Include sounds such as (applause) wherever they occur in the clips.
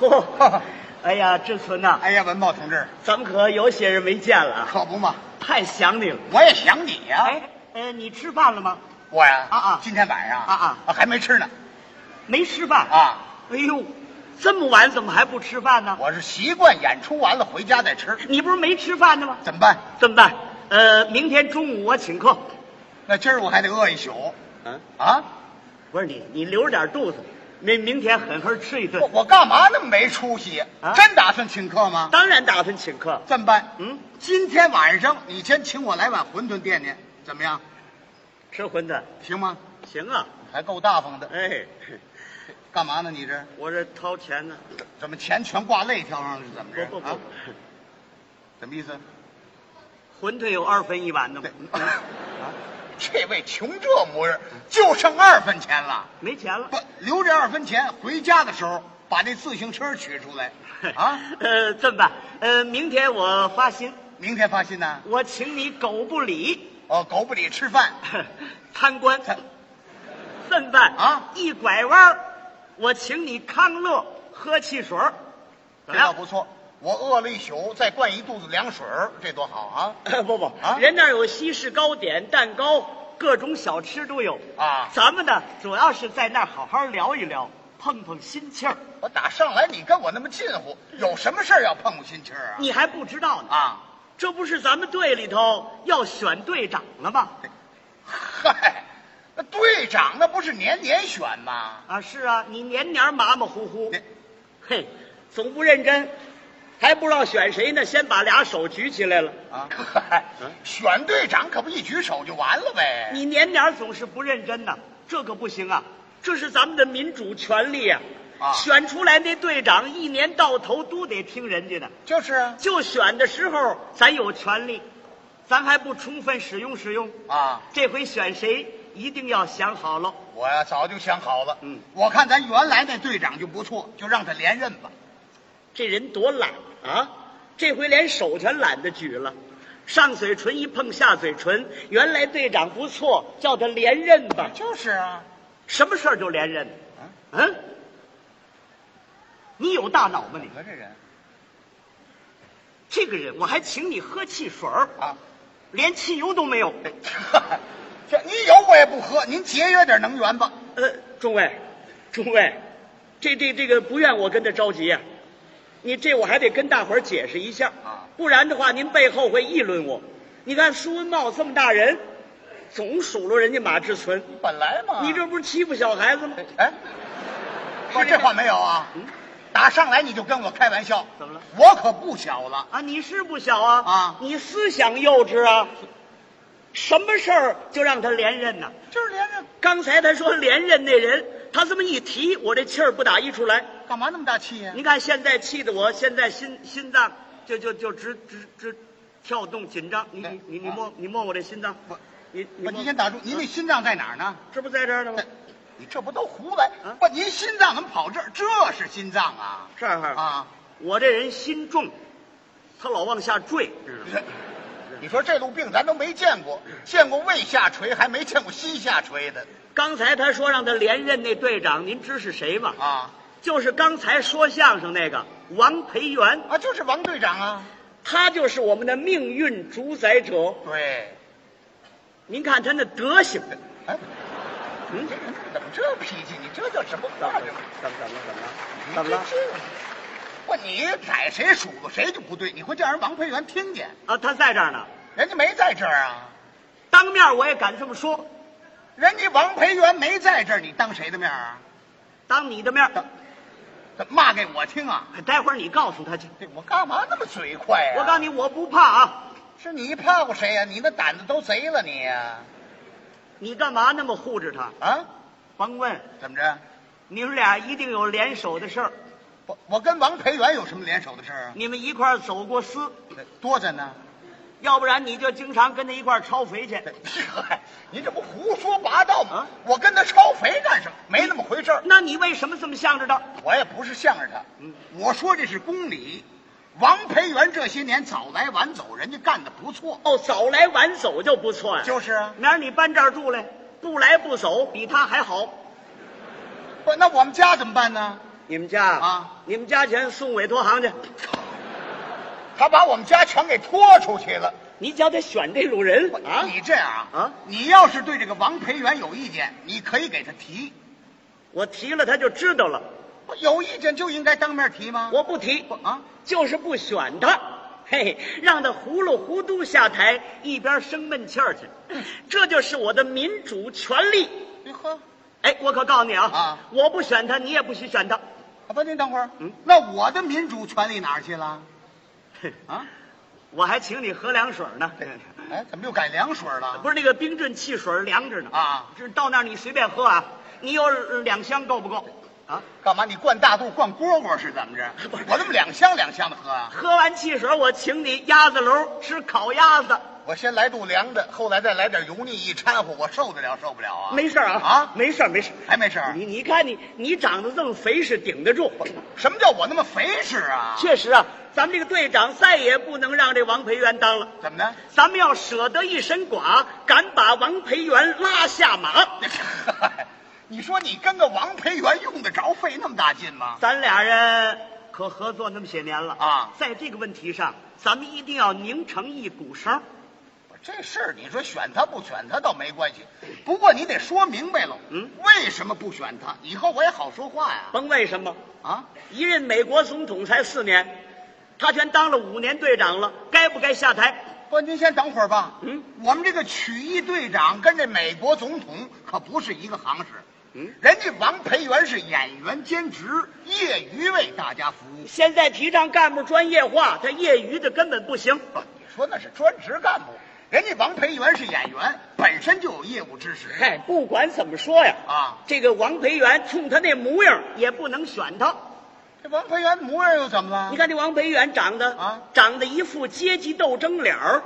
嚯， (laughs) 哎呀，志存呐、哎呀，文茂同志，咱们可有些日没见了啊，可不嘛，太想你了。我也想你呀、哎，呃，你吃饭了吗？我呀，啊啊今天晚上啊啊还没吃呢，没吃饭。啊，哎呦，这么晚怎么还不吃饭呢？我是习惯演出完了回家再吃，你不是没吃饭呢吗？怎么办？怎么办？呃，明天中午我请客。那今儿我还得饿一宿嗯，啊！不是你，你留着点肚子，明明天狠狠吃一顿我。我干嘛那么没出息呀、啊真打算请客吗？当然打算请客。这么办，嗯，今天晚上你先请我来碗馄饨垫垫，怎么样？吃馄饨行吗？行啊。还够大方的，哎，干嘛呢？你这我这掏钱呢。怎么钱全挂肋条上了？是怎么着？不不不，啊，什么意思？馄饨有二分一碗的吗嗯啊对？这位穷这模样，就剩二分钱了。没钱了不。留这二分钱，回家的时候把那自行车取出来啊！ (laughs) 呃，这么办？呃，明天我发薪，明天发薪呢？我请你狗不理哦，狗不理吃饭，参观。参这么办啊一拐弯儿，我请你康乐喝汽水儿，怎这么倒样？不错。我饿了一宿，再灌一肚子凉水儿，这多好啊！ (laughs) 不不啊人那儿有西式糕点、蛋糕，各种小吃都有啊咱们呢，主要是在那儿好好聊一聊，碰碰心气儿。我打上来你跟我那么近乎，有什么事儿要碰我心气儿啊？你还不知道呢，啊，这不是咱们队里头要选队长了吗？哎嗨，那队长那不是年年选吗？啊，是啊，你年年马马虎虎你，嘿，总不认真，还不知道选谁呢，先把俩手举起来了。啊，嗨 (laughs) 嗯，选队长可不一举手就完了呗？你年年总是不认真呐，这可不行啊！这是咱们的民主权利呀、啊选出来那队长一年到头都得听人家的，就是啊就选的时候咱有权利，咱还不充分使用使用。啊。这回选谁一定要想好了。我呀早就想好了，嗯我看咱原来那队长就不错，就让他连任吧。这人多懒啊！这回连手全懒得举了，上嘴唇一碰下嘴唇。原来队长不错，叫他连任吧。就是啊，什么事儿就连任？啊，嗯？你有大脑吗你你？说这人这个人，我还请你喝汽水儿，啊， (laughs) 连汽油都没有。哎这你有我也不喝，您节约点能源吧。呃，中尉，中尉，这这这个不怨我跟他着急呀、你这我还得跟大伙儿解释一下啊不然的话您背后会议论我。你看苏文茂这么大人，总数落人家马志存，本来嘛你这不是欺负小孩子吗？ (laughs) 哎，我这话没有啊。嗯打上来你就跟我开玩笑，怎么了？我可不小了，啊，你是不小啊啊你思想幼稚啊，什么事儿就让他连任呢、就是连任，刚才他说连任那人，他这么一提，我这气儿不打一处来。干嘛那么大气呀、您看现在气得我现在心心脏就就就直直直跳动紧张，你你你你摸你哎摸我这心脏，我你不，你您先打住，您那心脏在哪儿呢？这不在这儿呢吗这？你这不都胡来啊？不，您心脏怎么跑这儿？这是心脏啊！这儿啊，啊，我这人心重，他老往下坠，知道吗？你说这路病咱都没见过，见过胃下垂，还没见过心下垂的刚才他说让他连任那队长，您知是谁吗？啊就是刚才说相声那个王培元，啊！就是王队长啊，他就是我们的命运主宰者。对，您看他那德行，哎，嗯你这。人怎么这脾气？你这叫什么话呀？怎么怎么怎么你怎么了这？这不，你逮谁数落谁就不对，你会叫人王培元听见，啊，他在这儿呢，人家没在这儿啊，当面我也敢这么说，人家王培元没在这儿，你当谁的面啊？当你的面儿，哎怎么骂给我听啊？哎待会儿你告诉他去。对我干嘛那么嘴快呀、我告诉你，你，我不怕啊！是你怕过谁呀、你那胆子都贼了你呀、你干嘛那么护着他？啊？甭问，怎么着？你们俩一定有联手的事儿，我我跟王培元有什么联手的事儿啊？你们一块儿走过私，多着呢。要不然你就经常跟他一块儿超肥去。 (laughs) 嗨，您这不胡说八道吗？啊我跟他超肥干什么？没那么回事儿。那你为什么这么向着他？我也不是向着他，嗯我说这是公理。王培元这些年早来晚走，人家干的不错。哦，早来晚走就不错呀、就是啊，明儿你搬这儿住来，不来不走，比他还好。不，那我们家怎么办呢？你们家啊，你们家钱送委托行去，他把我们家全给拖出去了。你只要得选这种人啊。你这样啊啊你要是对这个王培元有意见，你可以给他提。我提了他就知道了，有意见就应该当面提吗？我不提不啊，就是不选他。嘿，让他糊里糊涂下台，一边生闷气儿去，嗯这就是我的民主权利。你喝。哎，我可告诉你啊，啊我不选他，你也不许选他。啊不，您等会儿，嗯那我的民主权利哪儿去了？啊，我还请你喝凉水呢，哎，怎么又改凉水了？不是那个冰镇汽水凉着呢啊这到那儿你随便喝啊，你有呃两箱够不够？啊，干嘛？你灌大肚灌蝈蝈是怎么着不是？我怎么两箱两箱的喝啊？喝完汽水我请你鸭子楼吃烤鸭子，我先来肚凉的，后来再来点油腻，一掺和，我受得了受不了啊？没事儿啊啊哎没事儿没事儿。还没事儿？你你看你你长得这么肥是顶得住，什么叫我那么肥实啊？确实啊，咱们这个队长再也不能让这王培元当了，怎么的？ (laughs) 咱们要舍得一身剐，敢把王培元拉下马。你说你跟个王培元用得着费那么大劲吗？咱俩人可合作那么些年了啊在这个问题上，咱们一定要拧成一股绳。我这事儿你说选他不选他倒没关系，不过你得说明白了，嗯，为什么不选他？以后我也好说话呀。甭为什么，啊，一任美国总统才四年，他全当了五年队长了，该不该下台？不，您先等会儿吧。嗯，我们这个曲艺队长跟这美国总统可不是一个行市。嗯，人家王培元是演员兼职，业余为大家服务。现在提倡干部专业化，他业余的根本不行。不，你说那是专职干部，人家王培元是演员，本身就有业务知识。嗨，不管怎么说呀，啊，这个王培元冲他那模样也不能选他。这王培元模样又怎么了？你看这王培元长得啊长得一副阶级斗争脸儿，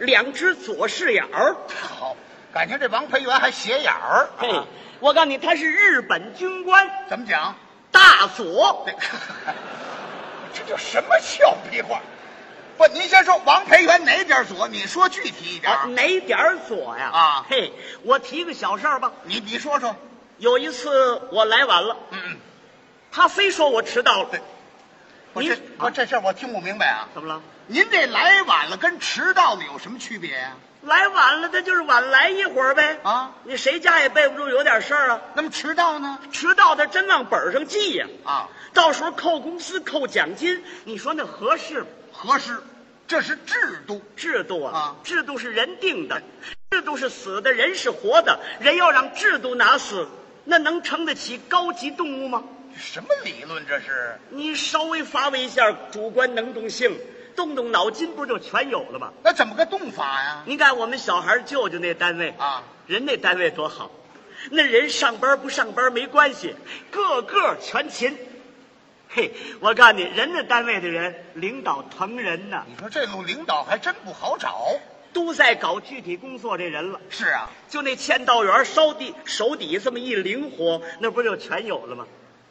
两只左视眼儿。好，感情这王培元还斜眼儿。嘿啊，我告诉你，他是日本军官怎么讲？大佐。这 (laughs) 这叫什么俏皮话？不，您先说王培元哪点儿左？你说具体一点儿。啊，哪点儿左呀？啊嘿，我提个小事儿吧。你你说说。有一次我来晚了，嗯，他非说我迟到了。我您这啊我这事儿我听不明白啊。怎么了？您这来晚了跟迟到的有什么区别呀、来晚了，他就是晚来一会儿呗。啊你谁家也备不住有点事儿啊。那么迟到呢？迟到他真往本儿上记呀、啊，到时候扣工资、扣奖金，你说那合适吗？合适，这是制度。制度啊啊，制度是人定的，制度是死的，人是活的，人要让制度拿死，那能撑得起高级动物吗？什么理论这是？你稍微发挥一下主观能动性，动动脑筋，不就全有了吗？那怎么个动法呀、您看我们小孩舅舅那单位啊，人那单位多好，那人上班不上班没关系，个个全勤。嘿，我告诉你，人那单位的人领导疼人呐，你说这路领导还真不好找。都在搞具体工作这人了。是啊，就那签到员烧地手底这么一灵活，那不就全有了吗？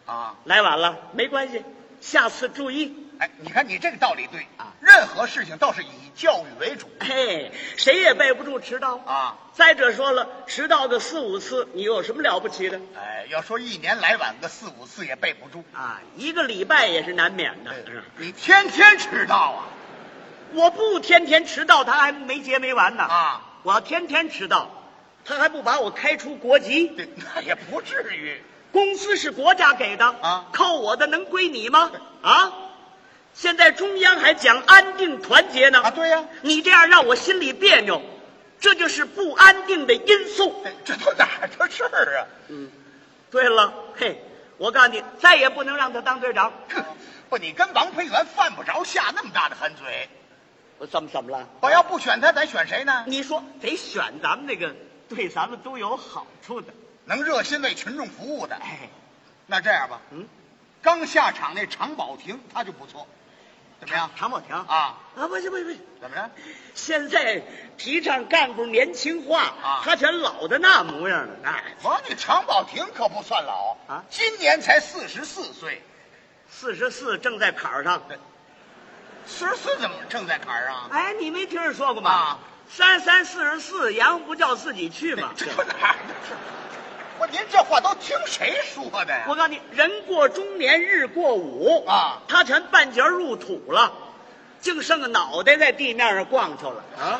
啊，来晚了没关系，下次注意。哎，你看你这个道理对啊任何事情倒是以教育为主嘿，谁也备不住迟到。啊。再者说了，迟到个四五次，你有什么了不起的？哎，要说一年来晚个四五次也备不住。啊，一个礼拜也是难免的。是你天天迟到啊？我不天天迟到，他还没结没完呢。啊，我要天天迟到，他还不把我开除国籍？这 (laughs) 那也不至于。工资是国家给的啊扣我的能归你吗？啊，现在中央还讲安定团结呢。啊，对呀、你这样让我心里别扭，这就是不安定的因素。这这都哪儿的事儿啊？ (laughs) 嗯，对了，嘿，我告诉你，再也不能让他当队长。哼不，你跟王培元犯不着下那么大的狠嘴。我怎么怎么了？我要不选他，咱选谁呢？你说得选咱们那个对咱们都有好处的。能热心为群众服务的。哎，那这样吧，嗯，刚下场那常宝霆他就不错，怎么样？唐宝强啊，啊，不行不行不行，怎么着？现在提倡干部年轻化，啊他全老的那模样了，那我你常宝霆可不算老啊今年才四十四岁，四十四正在坎儿上。四十四怎么正在坎儿啊上？哎，你没听人说过吗？啊 (laughs) 三三四十四，羊不叫自己去嘛。这哪儿的事儿？不是，您这话都听谁说的呀？我告诉你，人过中年日过午啊他全半截入土了，净剩个脑袋在地面上逛去了啊！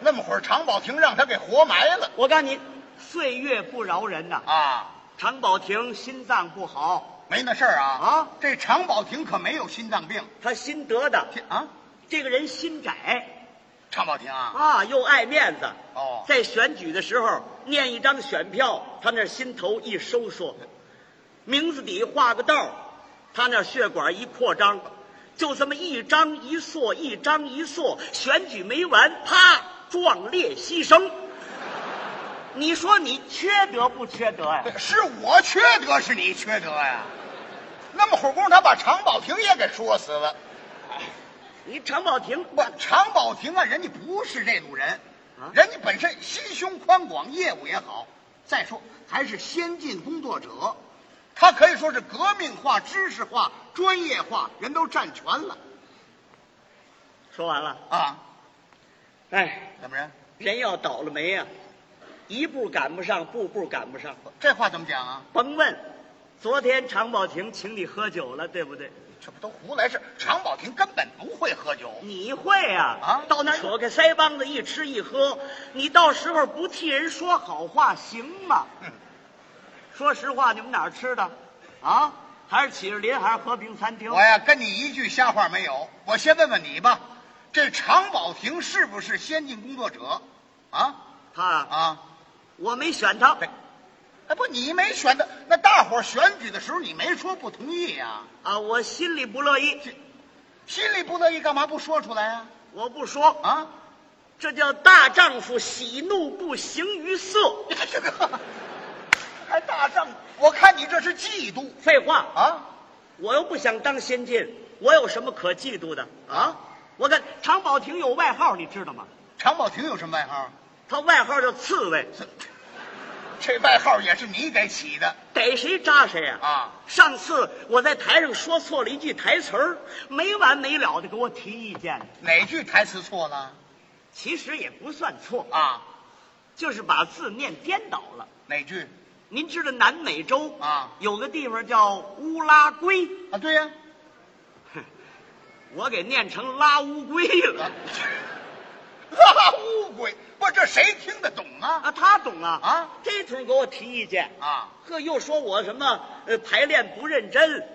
那么会儿常宝霆让他给活埋了我告诉你，岁月不饶人呐、啊！常宝霆心脏不好，没那事儿啊啊！这常宝霆可没有心脏病他心得的，这啊！这个人心窄常宝霆啊，啊，又爱面子。哦在选举的时候念一张选票，他那心头一收缩，名字底画个道儿，他那血管一扩张，就这么一张一缩，一张一缩，选举没完，啪，壮烈牺牲。你说你缺德不缺德啊呀、是我缺德，是你缺德呀、那么会儿功夫，他把常宝霆也给说死了。你常宝霆不，常宝霆啊，人家不是这路人，啊人家本身心胸宽广，业务也好。再说还是先进工作者，他可以说是革命化、知识化、专业化，人都占全了说完了，啊。哎，怎么着？人要倒了霉呀、一步赶不上，步步赶不上。这话怎么讲啊？甭问，昨天常宝霆请你喝酒了，对不对？这不都胡来事？常宝霆根本不会喝酒，你会啊？啊到那儿扯开腮帮子一吃一喝，你到时候不替人说好话行吗？嗯说实话，你们哪儿吃的？啊，还是喜士林，还是和平餐厅我？呀，跟你一句瞎话没有。我先问问你吧，这常宝霆是不是先进工作者？啊他，啊！我没选他对哎，不，你没选的，那大伙儿选举的时候你没说不同意呀、啊，我心里不乐意，心里不乐意，干嘛不说出来呀、我不说，啊？ (laughs) 啊？这叫大丈夫喜怒不形于色。这个还大丈夫，我看你这是嫉妒废话，啊！我又不想当先进，我有什么可嫉妒的啊？我看常宝霆有外号，你知道吗？常宝霆有什么外号？他外号叫刺猬，这这外号也是你给起的逮谁扎谁呀、啊？上次我在台上说错了一句台词儿，没完没了的给我提意见，哪句台词错了其实也不算错，啊？就是把字念颠倒了。哪句您知道南美洲啊有个地方叫乌拉圭，啊？对呀、我给念成拉乌龟了啊。 (laughs) 拉乌龟，不，这谁听得懂啊？啊，他懂啊啊这头给我提意见啊，呵，又说我什么呃排练不认真，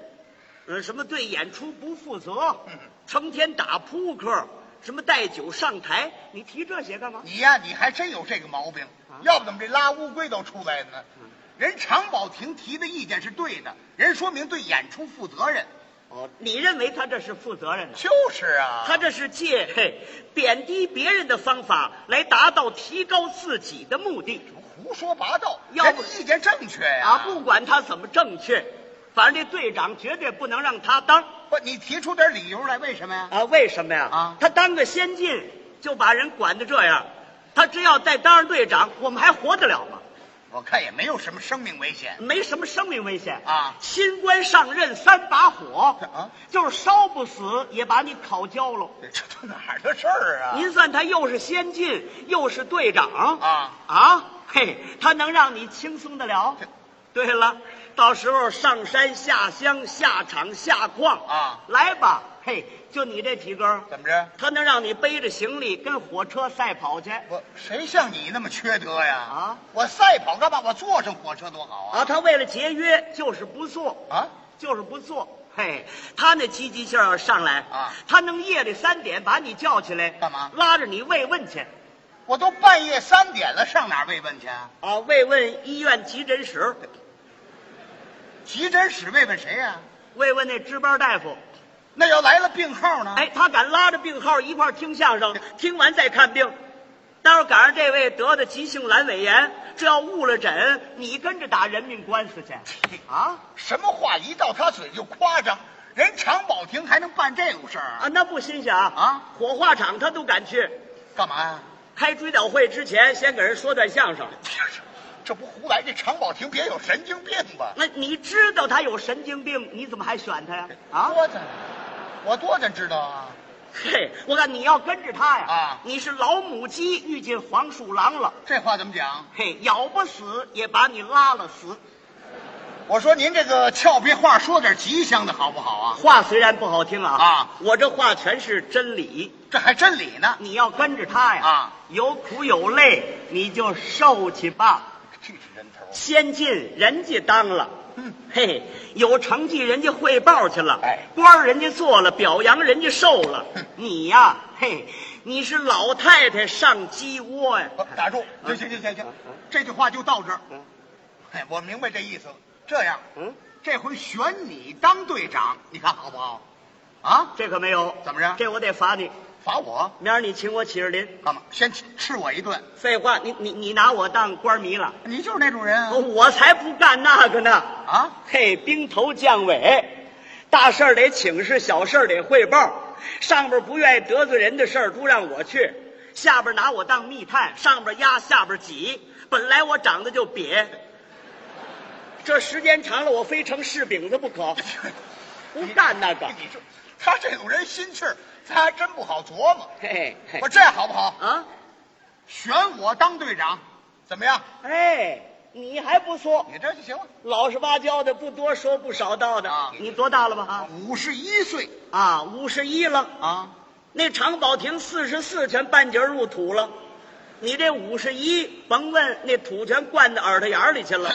呃什么对演出不负责嗯，成天打扑克，什么带酒上台，你提这些干嘛？你呀、你还真有这个毛病，啊要不怎么这拉乌龟都出来了呢？嗯人常宝霆提的意见是对的，人说明对演出负责任。哦，你认为他这是负责任的？就是啊，他这是借嘿贬低别人的方法来达到提高自己的目的胡说八道，要人不家意见正确呀、啊！不管他怎么正确，反正这队长绝对不能让他当不，你提出点理由来，为什么呀？啊！为什么呀？啊他当个先进就把人管得这样，他只要再当上队长，我们还活得了吗？我看也没有什么生命危险。没什么生命危险啊新官上任三把火啊就是烧不死也把你烤焦了。这都哪儿的事儿啊？您算他又是先进又是队长啊啊，嘿，他能让你轻松得了这？对了，到时候上山下乡下场下矿啊来吧，嘿，就你这体格儿，怎么着？他能让你背着行李跟火车赛跑去我谁像你那么缺德呀？啊！我赛跑干嘛？我坐上火车多好啊！啊！他为了节约就是不做，啊，就是不做。嘿，他那积极性要上来啊他能夜里三点把你叫起来，干嘛拉着你慰问去我都半夜三点了，上哪儿慰问去？啊？啊，慰问医院急诊室，急诊室慰问谁呀、慰问那值班大夫。那要来了病号呢？哎，他敢拉着病号一块儿听相声，听完再看病。待会儿赶上这位得的急性阑尾炎，这要误了诊，你跟着打人命官 (laughs) 司去啊什么话一到他嘴就夸张，人常宝霆还能办这种事儿啊？啊！那不新鲜啊啊！火化场他都敢去，干嘛呀、开追悼会之前先给人说段相声。 (laughs) 这不胡来！这常宝霆别有神经病吧？那你知 (laughs) 道他有神经病，你怎么还选他呀？啊，多咱，我多咱知道啊！嘿，我看你要跟着他呀，啊你是老母鸡遇见黄鼠狼了，这话怎么讲？嘿，咬不死也把你拉了死。我说您这个俏皮话说点吉祥的好不好啊？话虽然不好听啊，啊我这话全是真理。这还真理呢。你要跟着他呀，啊，有苦有累你就受去吧。这是人头。先进人家当了，嗯嘿，有成绩人家汇报去了，哎官儿人家做了，表扬人家受了。你呀、嘿，你是老太太上鸡窝呀、不哦打住！行行行行行，这句话就到这儿。嗯哎，我明白这意思了。这样，嗯，这回选你当队长，你看好不好？啊，这可没有，怎么着这我得罚你，罚我明儿你请我起士林。干嘛？先吃吃我一顿。废话，你你你拿我当官迷了，你就是那种人啊！我才不干那个呢。啊，嘿，兵头将尾，大事儿得请示，小事儿得汇报。上边不愿意得罪人的事儿都让我去，下边拿我当密探，上边压，下边挤。本来我长得就瘪，这时间长了，我非成柿饼子不可。 (laughs) 不干那个， (laughs) 你说他这种人心气儿，咱还真不好琢磨。嘿嘿我，这样好不好？啊，选我当队长，怎么样？哎，你还不错，你这就行了。老实巴交的，不多说不少道的。啊你多大了吧？五十一岁啊，五十一了。啊，那常宝亭四十四全半截儿入土了，你这五十一，甭问那土全灌到耳朵眼儿里去了。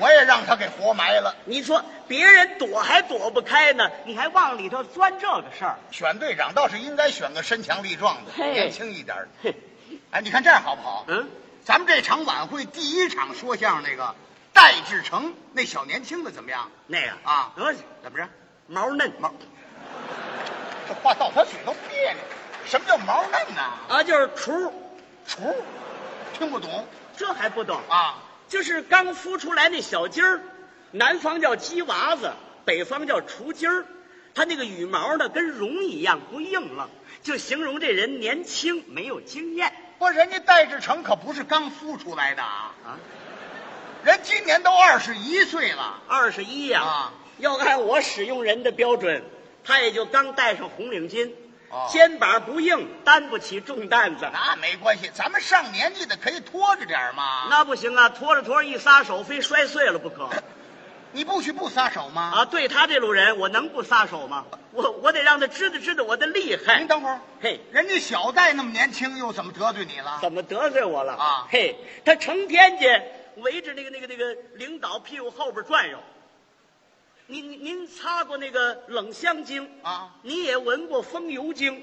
我也让他给活埋了。你说别人躲还躲不开呢，你还往里头钻这个事儿？选队长倒是应该选个身强力壮的、嘿年轻一点儿的。嘿，哎，你看这样好不好？嗯，咱们这场晚会第一场说相声那个戴志成那小年轻的怎么样？那个啊得怎么着？毛嫩毛这话到他嘴都别扭。什么叫毛嫩呢？啊，就是雏，厨，听不懂这还不懂？啊？就是刚孵出来那小鸡儿，南方叫鸡娃子，北方叫雏鸡儿。它那个羽毛呢，跟绒一样不硬朗，就形容这人年轻没有经验不，人家戴志成可不是刚孵出来的啊，啊。人今年都二十一岁了。二十一呀，啊要按我使用人的标准，他也就刚戴上红领巾，哦肩膀不硬，担不起重担子。那没关系，咱们上年纪的可以拖着点儿嘛。那不行啊，拖着拖着一撒手，非摔碎了不 (coughs) 可你不许不撒手吗？啊！对他这路人，我能不撒手吗？我我得让他知道知道我的厉害您。等会儿，嘿，人家小戴那么年轻，又怎么得罪你了？怎么得罪我了啊嘿，他成天去围着那个那个那个领导屁股后边转悠。您您您擦过那个冷香精啊你也闻过风油精，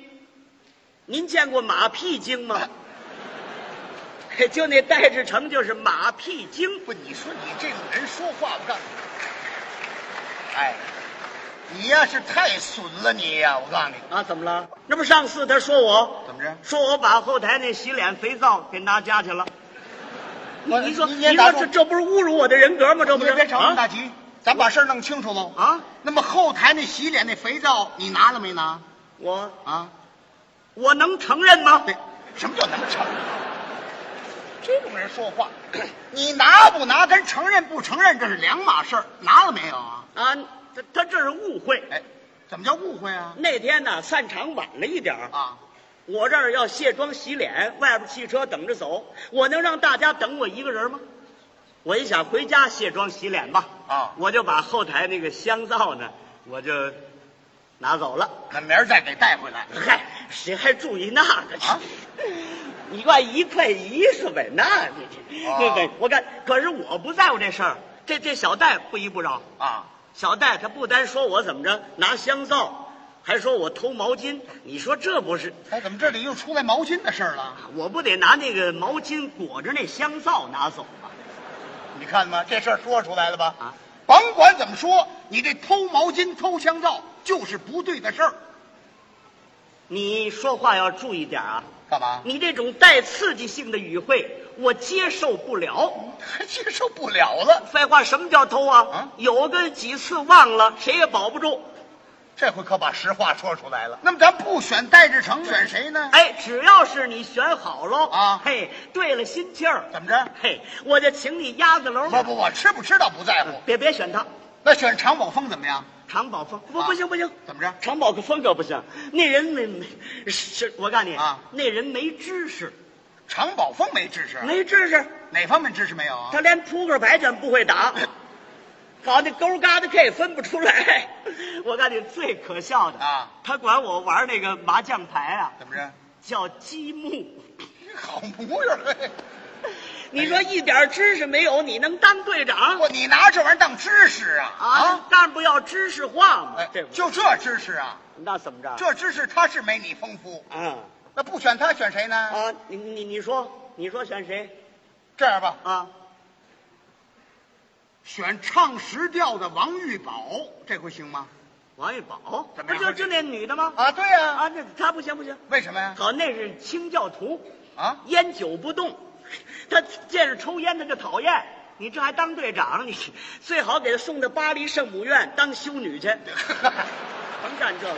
您见过马屁精吗？嘿就那戴志成就是马屁精，不，你说你这种人说话，我告诉你，哎，你呀是太损了你呀！我告诉你，啊，怎么了？那不上次他说我怎么着？说我把后台那洗脸肥皂给拿家去了，你我你说你你先打说住这这不是侮辱我的人格吗？这不别是别吵那么大啊急，咱把事儿弄清楚喽。啊！那么后台那洗脸那肥皂你拿了没拿？我啊，我能承认吗？对，什么叫能承认？这种人说 (clears throat) 话，你拿不拿跟承认不承认这是两码事儿，拿了没有啊？啊，他他这是误会。哎，怎么叫误会啊？那天呢，散场晚了一点儿，啊，我这儿要卸妆洗脸，外边汽车等着走，我能让大家等我一个人吗？我一想回家卸妆洗脸吧，啊我就把后台那个香皂呢，我就拿走了。那明儿再给带回来。嗨，谁还注意那个去？啊你怪一块一是呗？那你这、哦那个，我看，可是我不在乎这事儿，这这小戴不依不饶。啊，小戴他不单说我怎么着拿香皂，还说我偷毛巾。你说这不是？哎，怎么这里又出来毛巾的事儿了？我不得拿那个毛巾裹着那香皂拿走吗？你看嘛，这事儿说出来了吧？啊，甭管怎么说，你这偷毛巾、偷香皂就是不对的事儿。你说话要注意点啊！干嘛？你这种带刺激性的语汇，我接受不了。还 (laughs) 接受不了了，废话，什么叫偷啊？啊有个几次忘了，谁也保不住。这回可把实话说出来了。那么咱不选戴志成，选谁呢？哎，只要是你选好喽啊嘿，对了心气儿，怎么着？嘿，我就请你鸭子楼。不不，我吃不吃倒不在乎。别别选他，嗯那选常宝峰怎么样？常宝峰不啊不行不行，怎么着常宝个峰可不行，那人没没是，我告诉你啊那人没知识，常宝峰没知识，没知识，哪方面知识没有啊？他连扑克牌全不会打，搞那勾嘎的 K 分不出来。 (laughs) 我告诉你最可笑的啊，他管我玩那个麻将牌啊，怎么着？叫积木。好模样！嘿你哎说一点知识没有，你能当队长？我你拿这玩意儿当知识啊啊，当然不要知识化嘛，哎对，不对？就这知识啊，那怎么着？这知识他是没你丰富。啊那不选他选谁呢？啊，你你你说，你说选谁这样吧，啊？选唱实调的王玉宝，这回行吗？王玉宝怎么不样就就那女的吗？啊，对呀、啊，那她不行不行，为什么呀？好，那是清教徒，啊，烟酒不动，他见着抽烟他就讨厌。你这还当队长，你最好给他送到巴黎圣母院当修女去， (laughs) 甭干这个，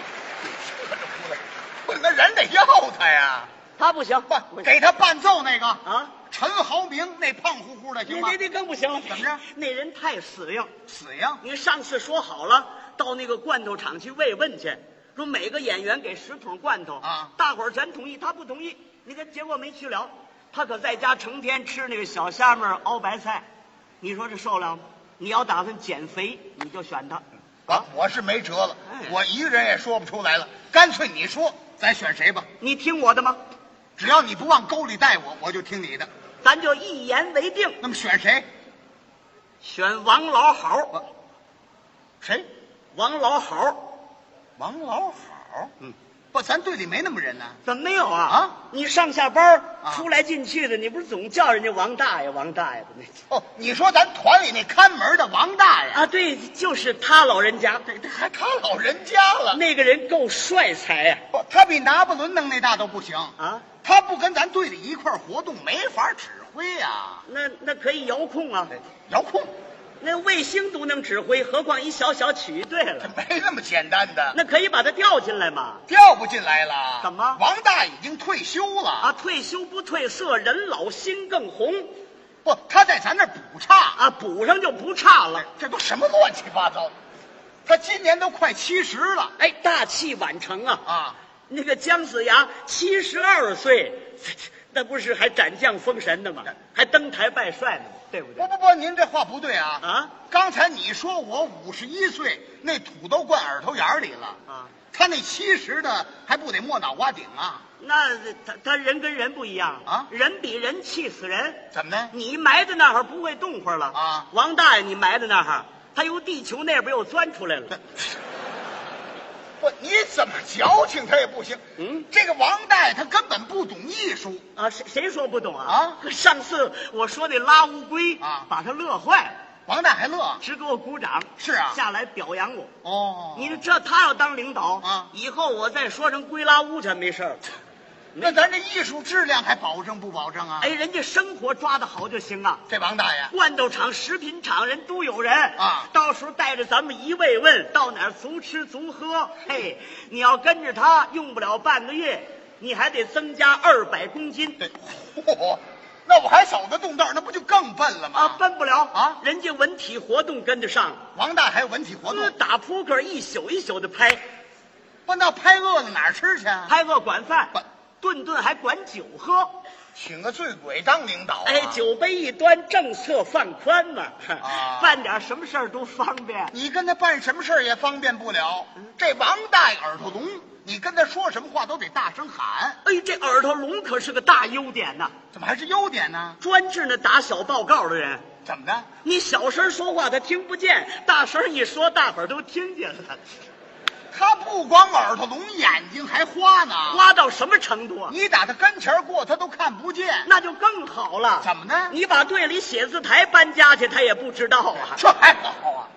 不，那人得要他呀。他不行，不，给他伴奏那个啊，陈豪明那胖乎乎的你行吗这？这更不行了，怎么着？那人太死硬，死呀！你上次说好了，到那个罐头厂去慰问去，说每个演员给十桶罐头啊大伙儿全同意，他不同意。你看结果没去了，他可在家成天吃那个小虾米儿熬白菜，你说这受了吗？你要打算减肥，你就选他。我我是没辙了哎，我一个人也说不出来了。干脆你说，咱选谁吧？你听我的吗？只要你不往沟里带我，我就听你的。咱就一言为定，那么选谁？选王老好。我谁？王老好王老好。嗯，不，咱队里没那么人呢。怎么没有啊？啊，你上下班儿、啊出来进去的，你不是总叫人家王大爷、王大爷的那？哦，你说咱团里那看门的王大爷，啊，对，就是他老人家。这这还他老人家 (laughs) 了，那个人够帅才呀、不他比拿破仑能耐大都不行。啊！他不跟咱队里一块儿活动，没法指挥呀、那那可以遥控啊，遥控，那卫星都能指挥，何况一小小曲艺队这 (laughs) 了？没那么简单的。那可以把他调进来嘛？调不进来了。怎么王大已经退休了啊，退休不褪色，人老心更红不，他在咱那儿补差。啊，补上就不差了。这都什么乱七八糟的？他今年都快七十了哎，大器晚成啊！啊！那个姜子牙七十二岁， (laughs) 那不是还斩将封神呢吗？还登台拜帅呢，对不不对？不不，您这话不对啊！啊，刚才你说我五十一岁，那土都灌耳朵眼儿里了啊！他那七十的还不得没脑瓜顶啊？那他他人跟人不一样啊人比人气死人。怎么呢？你埋在那儿不会动会儿了啊王大爷，你埋在那儿，他由地球那边又钻出来了。 (laughs) 不，你怎么矫情他也不行。嗯这个王大爷他根本不懂艺术。啊，谁谁说不懂啊？啊，上次我说那拉乌龟啊把他乐坏了，王大爷还乐直给我鼓掌。是啊下来表扬我。哦你这他要当领导啊以后我再说成龟拉乌去没事儿。那咱这艺术质量还保证不保证啊？哎，，人家生活抓得好就行啊。这王大爷，罐头厂、食品厂人都有人啊到时候带着咱们一慰问，到哪儿足吃足喝。嘿，你要跟着他，用不了半个月，你还得增加二百公斤对， (laughs) 嚯，那我还少个动道，那不就更笨了吗？啊，奔不了啊人家文体活动跟得上，王大爷还有文体活呃动，打扑克一宿一宿的拍，不那拍饿了哪儿吃去？啊？拍饿管饭管，啊顿顿还管酒喝。请个醉鬼当领导、啊，哎，，酒杯一端，政策放宽嘛，啊办点什么事儿都方便。你跟他办什么事儿也方便不了。嗯这王大爷耳朵聋，你跟他说什么话都得大声喊，哎，这耳朵聋可是个大优点呐、怎么还是优点呢？专治那打小报告的人。怎么的？你小声说话他听不见，大声一说大伙儿都听见了，他不光耳朵聋，眼睛还花呢。花到什么程度啊？你打他跟前儿过，他都看不见。那就更好了。怎么呢你把队里写字台搬家去，他也不知道啊。这还好啊！